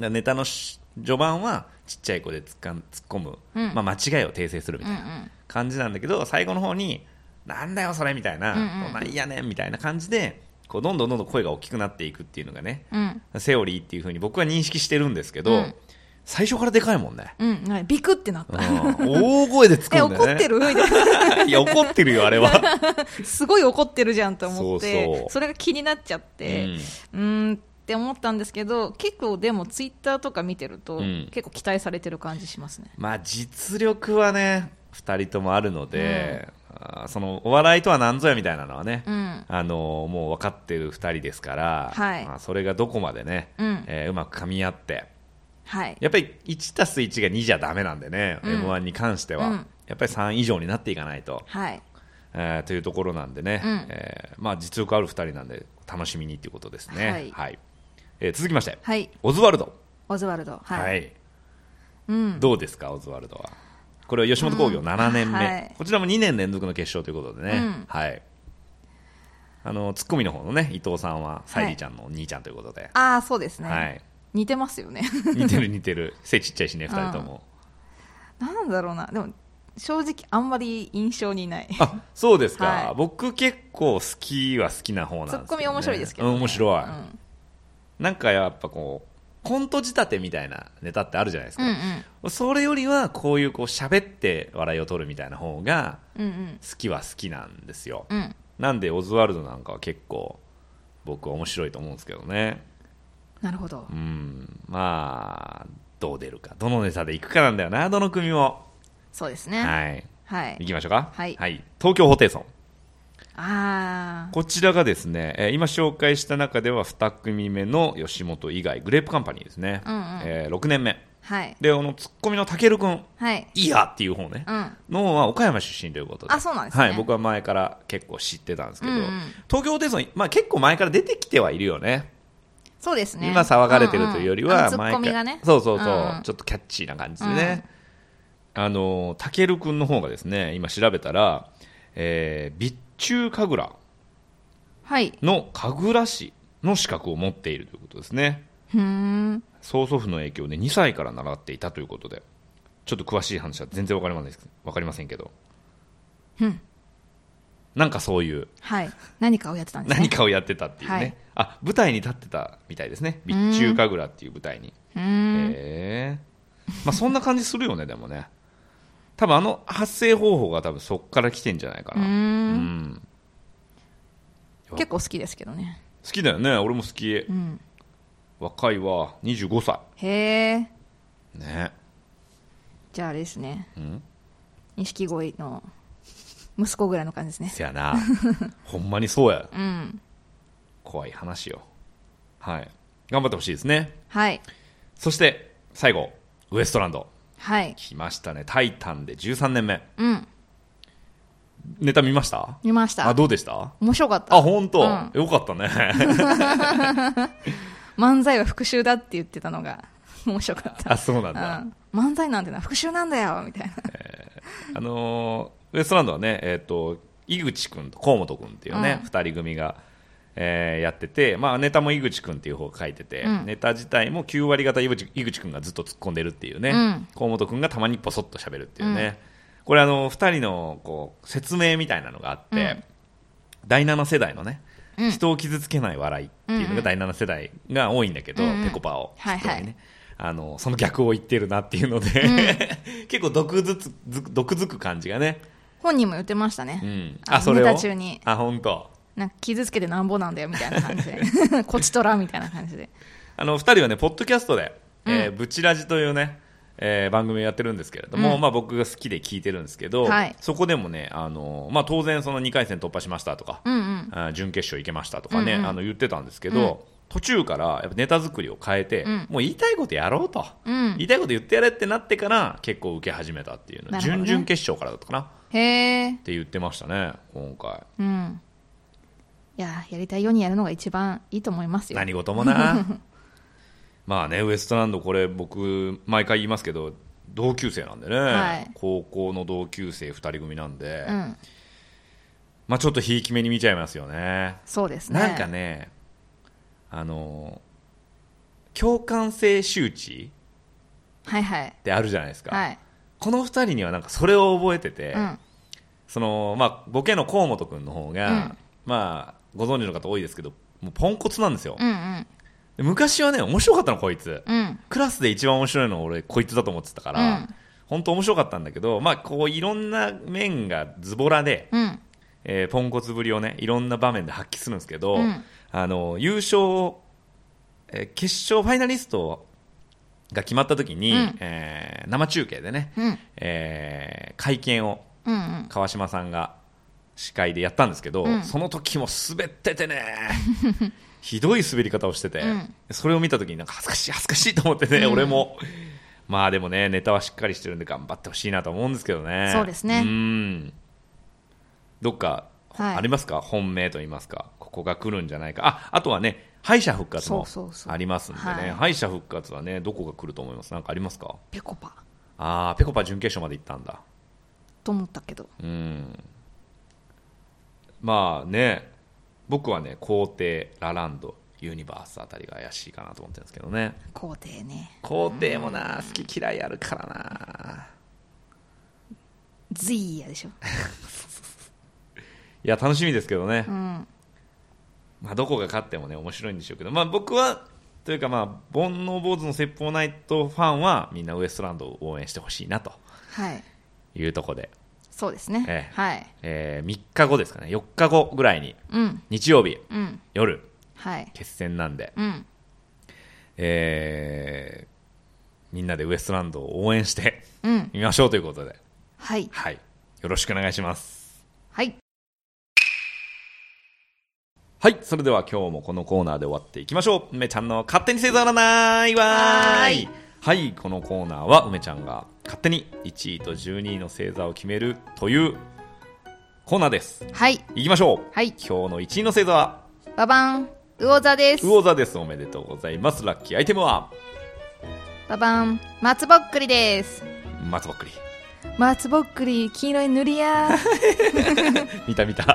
Speaker 1: らネタのし序盤はちっちゃい子で突っかん突っ込む、
Speaker 2: うん
Speaker 1: まあ、間違いを訂正するみたいな
Speaker 2: うんうん
Speaker 1: 感じなんだけど最後の方になんだよそれみたいな、
Speaker 2: うんうん
Speaker 1: こうなんやねんみたいな感じでこうどんどんどんどん声が大きくなっていくっていうのがね
Speaker 2: うん
Speaker 1: セオリーっていうふうに僕は認識してるんですけど、
Speaker 2: うん
Speaker 1: 最初からでかいもんね、
Speaker 2: うん、なんかビクってなっ
Speaker 1: うん
Speaker 2: た。
Speaker 1: 大声で突っ
Speaker 2: え、
Speaker 1: 込んだ
Speaker 2: 怒
Speaker 1: よね
Speaker 2: っ てるみたいな
Speaker 1: いや怒ってるよあれは、
Speaker 2: すごい怒ってるじゃんと思って、
Speaker 1: そう
Speaker 2: そ
Speaker 1: そう
Speaker 2: れが気になっちゃって、うーんって思ったんですけど、結構でもツイッターとか見てると、
Speaker 1: うん
Speaker 2: 結構期待されてる感じしますね。
Speaker 1: まあ実力はね2人ともあるので、ああーそのお笑いとは何ぞやみたいなのはね、
Speaker 2: うん
Speaker 1: あのーもう分かってる2人ですから、
Speaker 2: はい
Speaker 1: まあ、それがどこまでね、
Speaker 2: うん
Speaker 1: えーうまくかみ合って
Speaker 2: はい
Speaker 1: やっぱり1たす1が2じゃダメなんでね、
Speaker 2: うん
Speaker 1: m 1に関しては、
Speaker 2: うん
Speaker 1: やっぱり3以上になっていかないと、
Speaker 2: はい
Speaker 1: えーというところなんでね、
Speaker 2: うん
Speaker 1: えーまあ、実力ある2人なんで楽しみにということですね、
Speaker 2: はい
Speaker 1: えー続きまして、
Speaker 2: はい
Speaker 1: オズワルド、
Speaker 2: オズワルドはい、
Speaker 1: はい
Speaker 2: うん
Speaker 1: どうですかオズワルドはこれは吉本興業7年目、
Speaker 2: はい
Speaker 1: こちらも2年連続の決勝ということでね、
Speaker 2: うん
Speaker 1: はいあのツッコミの方のね伊藤さんは沙莉ちゃんのお兄ちゃんということで、
Speaker 2: ああそうですね、
Speaker 1: はい
Speaker 2: 似てますよね
Speaker 1: 似てる似てる背ちっちゃいしね2人とも、
Speaker 2: なんだろうなでも正直あんまり印象にない
Speaker 1: あそうですか、
Speaker 2: はい
Speaker 1: 僕結構好きは好きな方なんです
Speaker 2: ツ
Speaker 1: けど、
Speaker 2: ッ
Speaker 1: ね、
Speaker 2: コミ面白いですけど、
Speaker 1: うん面白い、
Speaker 2: うん
Speaker 1: なんかやっぱこうコント仕立てみたいなネタってあるじゃないです
Speaker 2: う
Speaker 1: か、
Speaker 2: ん
Speaker 1: それよりはこういうこう喋って笑いを取るみたいな方が
Speaker 2: うんうん
Speaker 1: 好きは好きなんですよ、
Speaker 2: うんうん
Speaker 1: なんでオズワルドなんかは結構僕は面白いと思うんですけどね
Speaker 2: なるほど
Speaker 1: うんまあどう出るかどのネタでいくかなんだよなどの組も
Speaker 2: そうですねはい、
Speaker 1: はい行きましょうか
Speaker 2: はい
Speaker 1: 東京ホテイソン
Speaker 2: ああ
Speaker 1: こちらがですね、えー今紹介した中では2組目の吉本以外グレープカンパニーですね、
Speaker 2: うんうん
Speaker 1: えー6年目
Speaker 2: はい
Speaker 1: でこのツッコミのたけるくん
Speaker 2: はい
Speaker 1: いやっていう方ね、
Speaker 2: うん
Speaker 1: のは岡山出身ということで
Speaker 2: あそうなんですね
Speaker 1: はい、僕は前から結構知ってたんですけど、
Speaker 2: うんうん
Speaker 1: 東京ホテイソン、まあ、結構前から出てきてはいるよね
Speaker 2: そうですね
Speaker 1: 今騒がれてるというよりは
Speaker 2: うんうんあの
Speaker 1: 前か
Speaker 2: ツッコミがね
Speaker 1: そうそうそう、
Speaker 2: んん
Speaker 1: ちょっとキャッチーな感じでね、あのたけるくんの方がですね今調べたら、えー、備中神楽
Speaker 2: はい
Speaker 1: の神楽師の資格を持っているということですね
Speaker 2: ふーん
Speaker 1: 曽祖父の影響で2歳から習っていたということでちょっと詳しい話は全然わかりませんわかりませんけど、なんかそういう
Speaker 2: はい何かをやってたんです
Speaker 1: 何
Speaker 2: ね
Speaker 1: かをやってたっていうね、
Speaker 2: はい
Speaker 1: あ舞台に立ってたみたいですね「備中神楽」っていう舞台に
Speaker 2: うーん
Speaker 1: へえまあそんな感じするよねでもね多分あの発声方法が多分そっから来てんじゃないかな、うん
Speaker 2: 結構好きですけどね
Speaker 1: 好きだよね俺も好き、
Speaker 2: ん
Speaker 1: 若いわ25歳
Speaker 2: へえ
Speaker 1: ね
Speaker 2: じゃああれですね
Speaker 1: ん
Speaker 2: 錦鯉の息子ぐらいの感じですね
Speaker 1: せやな ほんまにそうや
Speaker 2: うん
Speaker 1: 怖い話よはい頑張ってほしいですね
Speaker 2: はい
Speaker 1: そして最後ウエストランド
Speaker 2: はい
Speaker 1: 来ましたね「タイタン」で13年目
Speaker 2: うん
Speaker 1: ネタ見ました
Speaker 2: 見まし
Speaker 1: あ
Speaker 2: た
Speaker 1: どうでした
Speaker 2: 面白かった
Speaker 1: あ本当、
Speaker 2: うん
Speaker 1: よかったね
Speaker 2: 漫才は復讐だって言ってたのが 面白かった
Speaker 1: あそうなんだ、
Speaker 2: うん漫才なんてのは復讐なんだよみたいな
Speaker 1: あのーウエストランドはね、えー、と井口君と河本君っていうね、
Speaker 2: うん
Speaker 1: 二人組が、えーやってて、まあ、ネタも井口君っていう方が書いてて、
Speaker 2: うん
Speaker 1: ネタ自体も9割方井口井口君がずっと突っ込んでるっていうね、
Speaker 2: うん
Speaker 1: 河本君がたまにぽそっと喋るっていうね、これあの2人のこう説明みたいなのがあって、
Speaker 2: うん
Speaker 1: 第7世代のね、
Speaker 2: うん
Speaker 1: 人を傷つけない笑いっていうのが第7世代が多いんだけど、
Speaker 2: うんうん
Speaker 1: ペコパを
Speaker 2: はいはい
Speaker 1: 筆頭にねあのその逆を言ってるなっていうので、 結構毒づつず毒づく感じがね、
Speaker 2: 本人も言ってましたね、
Speaker 1: うん、
Speaker 2: あ
Speaker 1: あそれ
Speaker 2: ネ
Speaker 1: を
Speaker 2: タ中に
Speaker 1: あ本当
Speaker 2: なんか傷つけてなんぼなんだよみたいな感じ でこちとらみたいな感じで
Speaker 1: あの2人はねポッドキャストで「えーブチラジ」というね、えー番組をやってるんですけれども、
Speaker 2: うん
Speaker 1: まあ、僕が好きで聞いてるんですけど、
Speaker 2: はい
Speaker 1: そこでもね、あのまあ、当然その2回戦突破しましたとか、
Speaker 2: うんうん
Speaker 1: あー準決勝行けましたとかね、
Speaker 2: うんうん
Speaker 1: あの言ってたんですけど、途中からやっぱネタ作りを変えて、
Speaker 2: ん
Speaker 1: もう言いたいことやろうと、
Speaker 2: うん
Speaker 1: 言いたいこと言ってやれってなってから結構受け始めたっていうの、
Speaker 2: なるほど
Speaker 1: 準
Speaker 2: ね
Speaker 1: 々決勝からだったかなっ
Speaker 2: へえ
Speaker 1: て言ってましたね今回
Speaker 2: うんいややりたいようにやるのが一番いいと思いますよ
Speaker 1: 何事もな まあねウエストランドこれ僕毎回言いますけど同級生なんでね、
Speaker 2: はい
Speaker 1: 高校の同級生2人組なんで、
Speaker 2: うん
Speaker 1: まあちょっとひいき目に見ちゃいますよね
Speaker 2: そうですね
Speaker 1: なんかねあの共感性周知
Speaker 2: はいはい
Speaker 1: ってあるじゃないですか、
Speaker 2: はい
Speaker 1: この2人にはなんかそれを覚えてて、
Speaker 2: うん
Speaker 1: そのまあ、ボケの河本君の方が、
Speaker 2: うん
Speaker 1: まあ、ご存知の方多いですけどもうポンコツなんですよ、
Speaker 2: うんうん
Speaker 1: で昔はね面白かったのこいつ
Speaker 2: うん
Speaker 1: クラスで一番面白いのは俺こいつだと思ってたから、
Speaker 2: うん
Speaker 1: 本当面白かったんだけど、まあ、こういろんな面がズボラで、
Speaker 2: うん
Speaker 1: えーポンコツぶりをねいろんな場面で発揮するんですけど、
Speaker 2: うん
Speaker 1: あの優勝、えー決勝ファイナリストが決まった時に、
Speaker 2: うん
Speaker 1: えー生中継でね、
Speaker 2: うん
Speaker 1: えー会見を
Speaker 2: うんうん
Speaker 1: 川島さんが司会でやったんですけど、
Speaker 2: うん
Speaker 1: その時も滑っててね ひどい滑り方をしてて、
Speaker 2: うん
Speaker 1: それを見た時になんか恥ずかしい恥ずかしいと思ってね、
Speaker 2: うん
Speaker 1: 俺もまあでもねネタはしっかりしてるんで頑張ってほしいなと思うんですけどね
Speaker 2: そうですね
Speaker 1: んどっか
Speaker 2: はい
Speaker 1: ありますか、本命と言いますかここが来るんじゃないかああとはね敗者復活も
Speaker 2: そうそうそう
Speaker 1: ありますんでね
Speaker 2: はい
Speaker 1: 敗者復活はねどこが来ると思いますなんかありますか
Speaker 2: ぺこぱ
Speaker 1: ああぺこぱ準決勝まで行ったんだ
Speaker 2: と思ったけど
Speaker 1: うんまあね僕はね皇帝ラランドユニバースあたりが怪しいかなと思ってるんですけどね
Speaker 2: 皇帝ね
Speaker 1: 皇帝もな好き嫌いあるからな
Speaker 2: ズイヤ でしょ
Speaker 1: いや楽しみですけどね、
Speaker 2: うん
Speaker 1: まあ、どこが勝ってもね面白いんでしょうけど、まあ、僕はというかまあ煩悩坊主の説法ナイトファンはみんなウエストランドを応援してほしいなと
Speaker 2: はい
Speaker 1: いうところで、
Speaker 2: そうですね、
Speaker 1: ええ
Speaker 2: はい
Speaker 1: え3日後ですかね4日後ぐらいに
Speaker 2: うん
Speaker 1: 日曜日
Speaker 2: うん
Speaker 1: 夜
Speaker 2: はい
Speaker 1: 決戦なんで
Speaker 2: うん
Speaker 1: えーみんなでウエストランドを応援して
Speaker 2: うん
Speaker 1: みましょうということで、
Speaker 2: はい
Speaker 1: はい、よろしくお願いします。
Speaker 2: はい
Speaker 1: はい、それでは今日もこのコーナーで終わっていきましょう。梅ちゃんの勝手に星座占いわーい。はい、このコーナーは梅ちゃんが勝手に1位と12位の星座を決めるというコーナーです。
Speaker 2: はい
Speaker 1: いきましょう。
Speaker 2: はい
Speaker 1: 今日の1位の星座は、
Speaker 2: ババン魚座です
Speaker 1: 魚座です。おめでとうございます。ラッキーアイテムは、
Speaker 2: ババン松ぼっくりです
Speaker 1: 松ぼっくり。
Speaker 2: 松ぼっくり黄色い塗りや
Speaker 1: 見た見 た。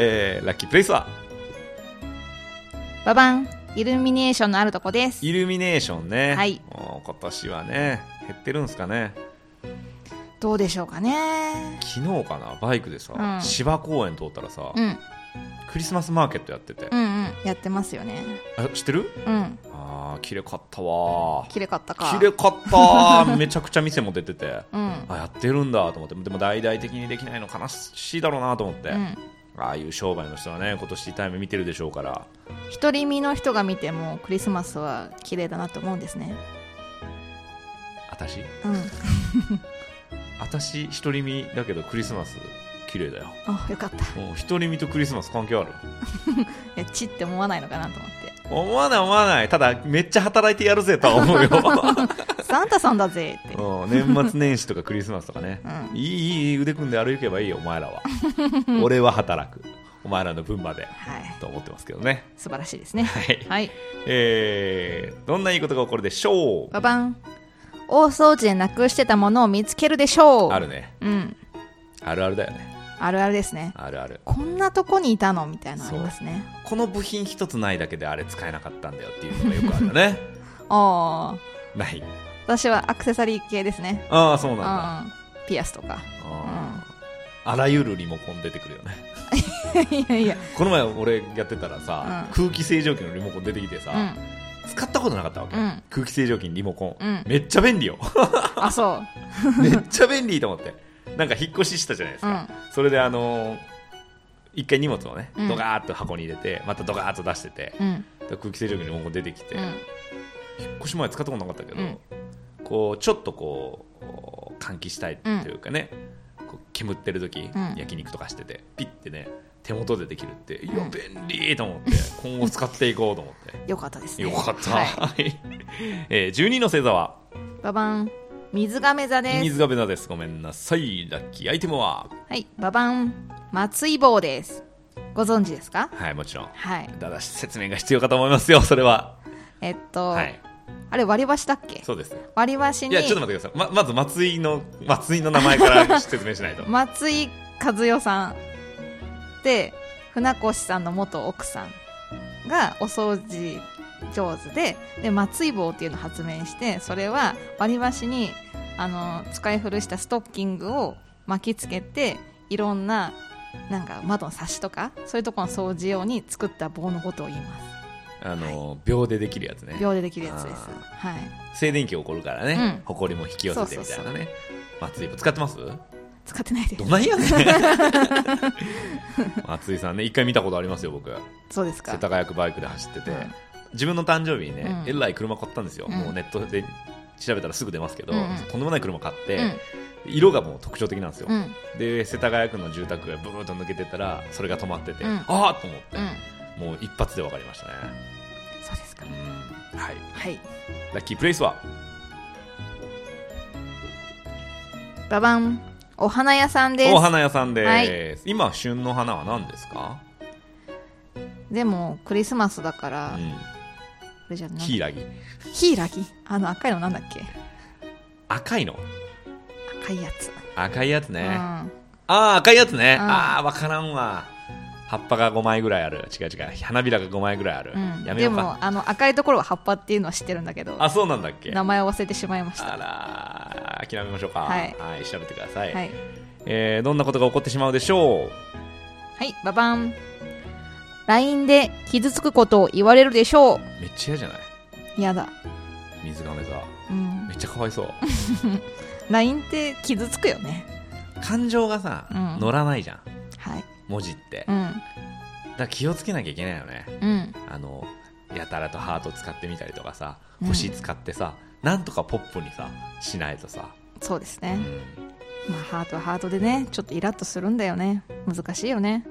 Speaker 1: えー、ラッキープレイスは、
Speaker 2: ババンイルミネーションのあるとこです
Speaker 1: イルミネーションね、
Speaker 2: はい
Speaker 1: もう今年はね減ってるんですかね
Speaker 2: どうでしょうかね
Speaker 1: 昨日かなバイクでさ、
Speaker 2: うん
Speaker 1: 芝公園通ったらさ、
Speaker 2: うん
Speaker 1: クリスマスマーケットやってて
Speaker 2: う、んうんやってますよね
Speaker 1: あ知ってる
Speaker 2: うん
Speaker 1: あー綺麗かったわー
Speaker 2: 綺麗かったか
Speaker 1: 綺麗かったー めちゃくちゃ店も出てて
Speaker 2: うん
Speaker 1: あやってるんだと思ってでも大々的にできないの悲しいだろうなと思って、
Speaker 2: うん
Speaker 1: ああいう商売の人はね今年タイム見てるでしょうから
Speaker 2: 独り身の人が見てもクリスマスは綺麗だなと思うんですね
Speaker 1: 私
Speaker 2: うん
Speaker 1: 私独り身だけどクリスマス綺麗だよ
Speaker 2: あよかった
Speaker 1: もう独り身とクリスマス関係ある
Speaker 2: えちって思わないのかなと思っ
Speaker 1: 思わない思わないただめっちゃ働いてやるぜとは思 うよ、
Speaker 2: てサンタさんだぜって
Speaker 1: うん、年末年始とかクリスマスとかね、
Speaker 2: うん
Speaker 1: いいいいいい腕組んで歩けばいいよお前ら は俺は働くお前らの分まで
Speaker 2: はい
Speaker 1: と思ってますけどね
Speaker 2: 素晴らしいですね
Speaker 1: はい、
Speaker 2: はい
Speaker 1: えー、どんないいことが起こるでしょう
Speaker 2: ババン大掃除でなくしてたものを見つけるでしょう
Speaker 1: あるね
Speaker 2: うん
Speaker 1: あるあるだよね
Speaker 2: あるあるですね
Speaker 1: あるある
Speaker 2: こんなとこにいたのみたいなのありますね
Speaker 1: この部品一つないだけであれ使えなかったんだよっていうのがよくあるよね
Speaker 2: ああ
Speaker 1: ない
Speaker 2: 私はアクセサリー系ですね
Speaker 1: ああそうなん
Speaker 2: う
Speaker 1: だあ
Speaker 2: んピアスとか
Speaker 1: あーあらゆるリモコン出てくるよね
Speaker 2: いやいや
Speaker 1: この前俺やってたらさ、
Speaker 2: うん
Speaker 1: 空気清浄機のリモコン出てきてさ、
Speaker 2: うん
Speaker 1: 使ったことなかったわけ、
Speaker 2: うん
Speaker 1: 空気清浄機にリモコン、
Speaker 2: うん
Speaker 1: めっちゃ便利よ
Speaker 2: あそう
Speaker 1: めっちゃ便利と思ってなんか引っ越ししたじゃないですか、それであのー一回荷物をね、
Speaker 2: うん
Speaker 1: ドガーッと箱に入れてまたドガーッと出してて、
Speaker 2: うん
Speaker 1: で空気清浄機のリモコン出てきて、
Speaker 2: うん
Speaker 1: 引っ越し前使ったことなかったけど、
Speaker 2: うん
Speaker 1: こうちょっとこう換気したいというかね、こう煙ってる時、
Speaker 2: うん
Speaker 1: 焼肉とかしててピッてね手元でできるっていや
Speaker 2: うん
Speaker 1: 便利と思って、今後使っていこうと思って
Speaker 2: よかったですね
Speaker 1: よかった。
Speaker 2: はい
Speaker 1: はい。えー、12の星座は、
Speaker 2: ババン水亀座です
Speaker 1: 水がベナです。ごめんなさい。ラッキーアイテムは、
Speaker 2: はいババン松井棒ですご存知ですか
Speaker 1: はい、もちろん。
Speaker 2: はい
Speaker 1: ただし説明が必要かと思いますよ、それは。
Speaker 2: えっと、
Speaker 1: はい。
Speaker 2: あれ割り箸だっけ
Speaker 1: そうです。
Speaker 2: 割り箸
Speaker 1: い
Speaker 2: に
Speaker 1: や、ちょっと待ってください。ま、まず、松井の、松井の名前 から説明しないと。
Speaker 2: 松井和代さんで船越さんの元奥さんがお掃除上手でで松井棒っていうのを発明してそれは割り箸にあの使い古したストッキングを巻きつけていろんななんか窓のサしとかそういうところの掃除用に作った棒のことを言いま
Speaker 1: あの、秒でできるやつね
Speaker 2: す。秒でできるやつです
Speaker 1: あ
Speaker 2: はい
Speaker 1: 静電気起こるから
Speaker 2: うん
Speaker 1: ね、埃も引き寄せてみたいなね。松井も使ってます
Speaker 2: 使ってないで
Speaker 1: ど
Speaker 2: す
Speaker 1: ないやね ん松井さんね、一回見たことありますよ、僕。
Speaker 2: そうですか
Speaker 1: 世田谷区バイクで走ってて、
Speaker 2: うん
Speaker 1: 自分の誕生日にね、
Speaker 2: うん
Speaker 1: えらい車買ったんですよ、
Speaker 2: うん
Speaker 1: もうネットで調べたらすぐ出ますけど、
Speaker 2: うんうん
Speaker 1: とんでもない車買って、
Speaker 2: うん
Speaker 1: 色がもう特徴的なんですよ、
Speaker 2: うん
Speaker 1: で世田谷区の住宅がブーッと抜けてったらそれが止まってて、
Speaker 2: うん
Speaker 1: ああと思って、
Speaker 2: うん
Speaker 1: もう一発で分かりましたね、
Speaker 2: そうですか
Speaker 1: うんはい、
Speaker 2: はい
Speaker 1: ラッキープレイスは
Speaker 2: ババンお花屋さんです
Speaker 1: お花屋さんです、
Speaker 2: はい
Speaker 1: 今旬の花は何ですか、
Speaker 2: でもクリスマスだから、
Speaker 1: う
Speaker 2: こ
Speaker 1: ん、
Speaker 2: れじゃない
Speaker 1: ヒイラギ
Speaker 2: ヒイラギあの赤いのなんだっけ
Speaker 1: 赤いの
Speaker 2: 赤いやつ、
Speaker 1: 赤いやつね、
Speaker 2: う
Speaker 1: あ
Speaker 2: ん
Speaker 1: あ赤いやつね、
Speaker 2: うん
Speaker 1: ああ分からんわ葉っぱが5枚ぐらいある違う違う花びらが5枚ぐらいある、
Speaker 2: うん、
Speaker 1: やめ
Speaker 2: で
Speaker 1: ようか
Speaker 2: もあの赤いところは葉っぱっていうのは知ってるんだけど
Speaker 1: あそうなんだっけ
Speaker 2: 名前を忘れてしまいました
Speaker 1: あらー諦めましょうか
Speaker 2: はい
Speaker 1: 調べてください、
Speaker 2: はい、
Speaker 1: えーどんなことが起こってしまうでしょう
Speaker 2: はい、ババン LINE で傷つくことを言われるでしょう
Speaker 1: めっちゃ嫌じゃない
Speaker 2: 嫌だ
Speaker 1: 水亀座
Speaker 2: うん
Speaker 1: めっちゃかわいそう
Speaker 2: LINE って傷つくよね
Speaker 1: 感情がさ、
Speaker 2: うん
Speaker 1: 乗らないじゃん
Speaker 2: はい
Speaker 1: 文字って、
Speaker 2: う
Speaker 1: だ
Speaker 2: ん
Speaker 1: から気をつけなきゃいけないよね
Speaker 2: うん
Speaker 1: あのやたらとハート使ってみたりとかさ
Speaker 2: うん
Speaker 1: 星使ってさ、なんとかポップにさしないとさ、
Speaker 2: そうです
Speaker 1: う
Speaker 2: ね、
Speaker 1: ん、
Speaker 2: まあハートはハートでねちょっとイラッとするんだよね難しいよね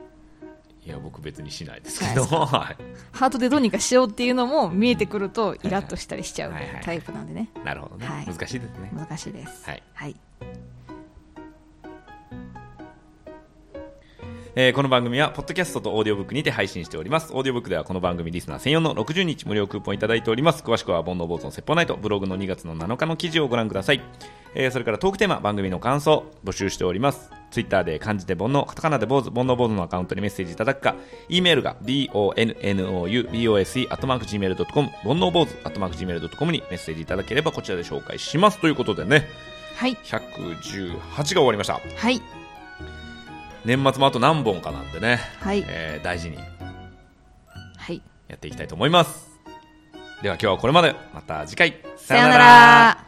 Speaker 1: いや僕別にしないですけど はい
Speaker 2: ハートでどうにかしようっていうのも見えてくるとイラッとしたりしちゃう
Speaker 1: はいはい
Speaker 2: タイプなんでね
Speaker 1: なるほどね、
Speaker 2: はい
Speaker 1: 難しいですね
Speaker 2: 難しいです
Speaker 1: はい
Speaker 2: はい、
Speaker 1: えーこの番組はポッドキャストとオーディオブックにて配信しておりますオーディオブックではこの番組リスナー専用の60日無料クーポンいただいております詳しくは煩悩坊主の説法ナイトブログの2月の7日の記事をご覧ください、えーそれからトークテーマ番組の感想募集しておりますツイッターで漢字で煩悩カタカナで坊主煩悩坊主のアカウントにメッセージいただくか E メールが bonoubose.gmail.com 煩悩坊主 .gmail.com にメッセージいただければこちらで紹介しますということでね
Speaker 2: はい
Speaker 1: 118が終わりました
Speaker 2: はい
Speaker 1: 年末もあと何本かなんでね、
Speaker 2: はい
Speaker 1: えー大事に
Speaker 2: はい
Speaker 1: やっていきたいと思いますでは今日はこれまでまた次回さ
Speaker 2: さよなら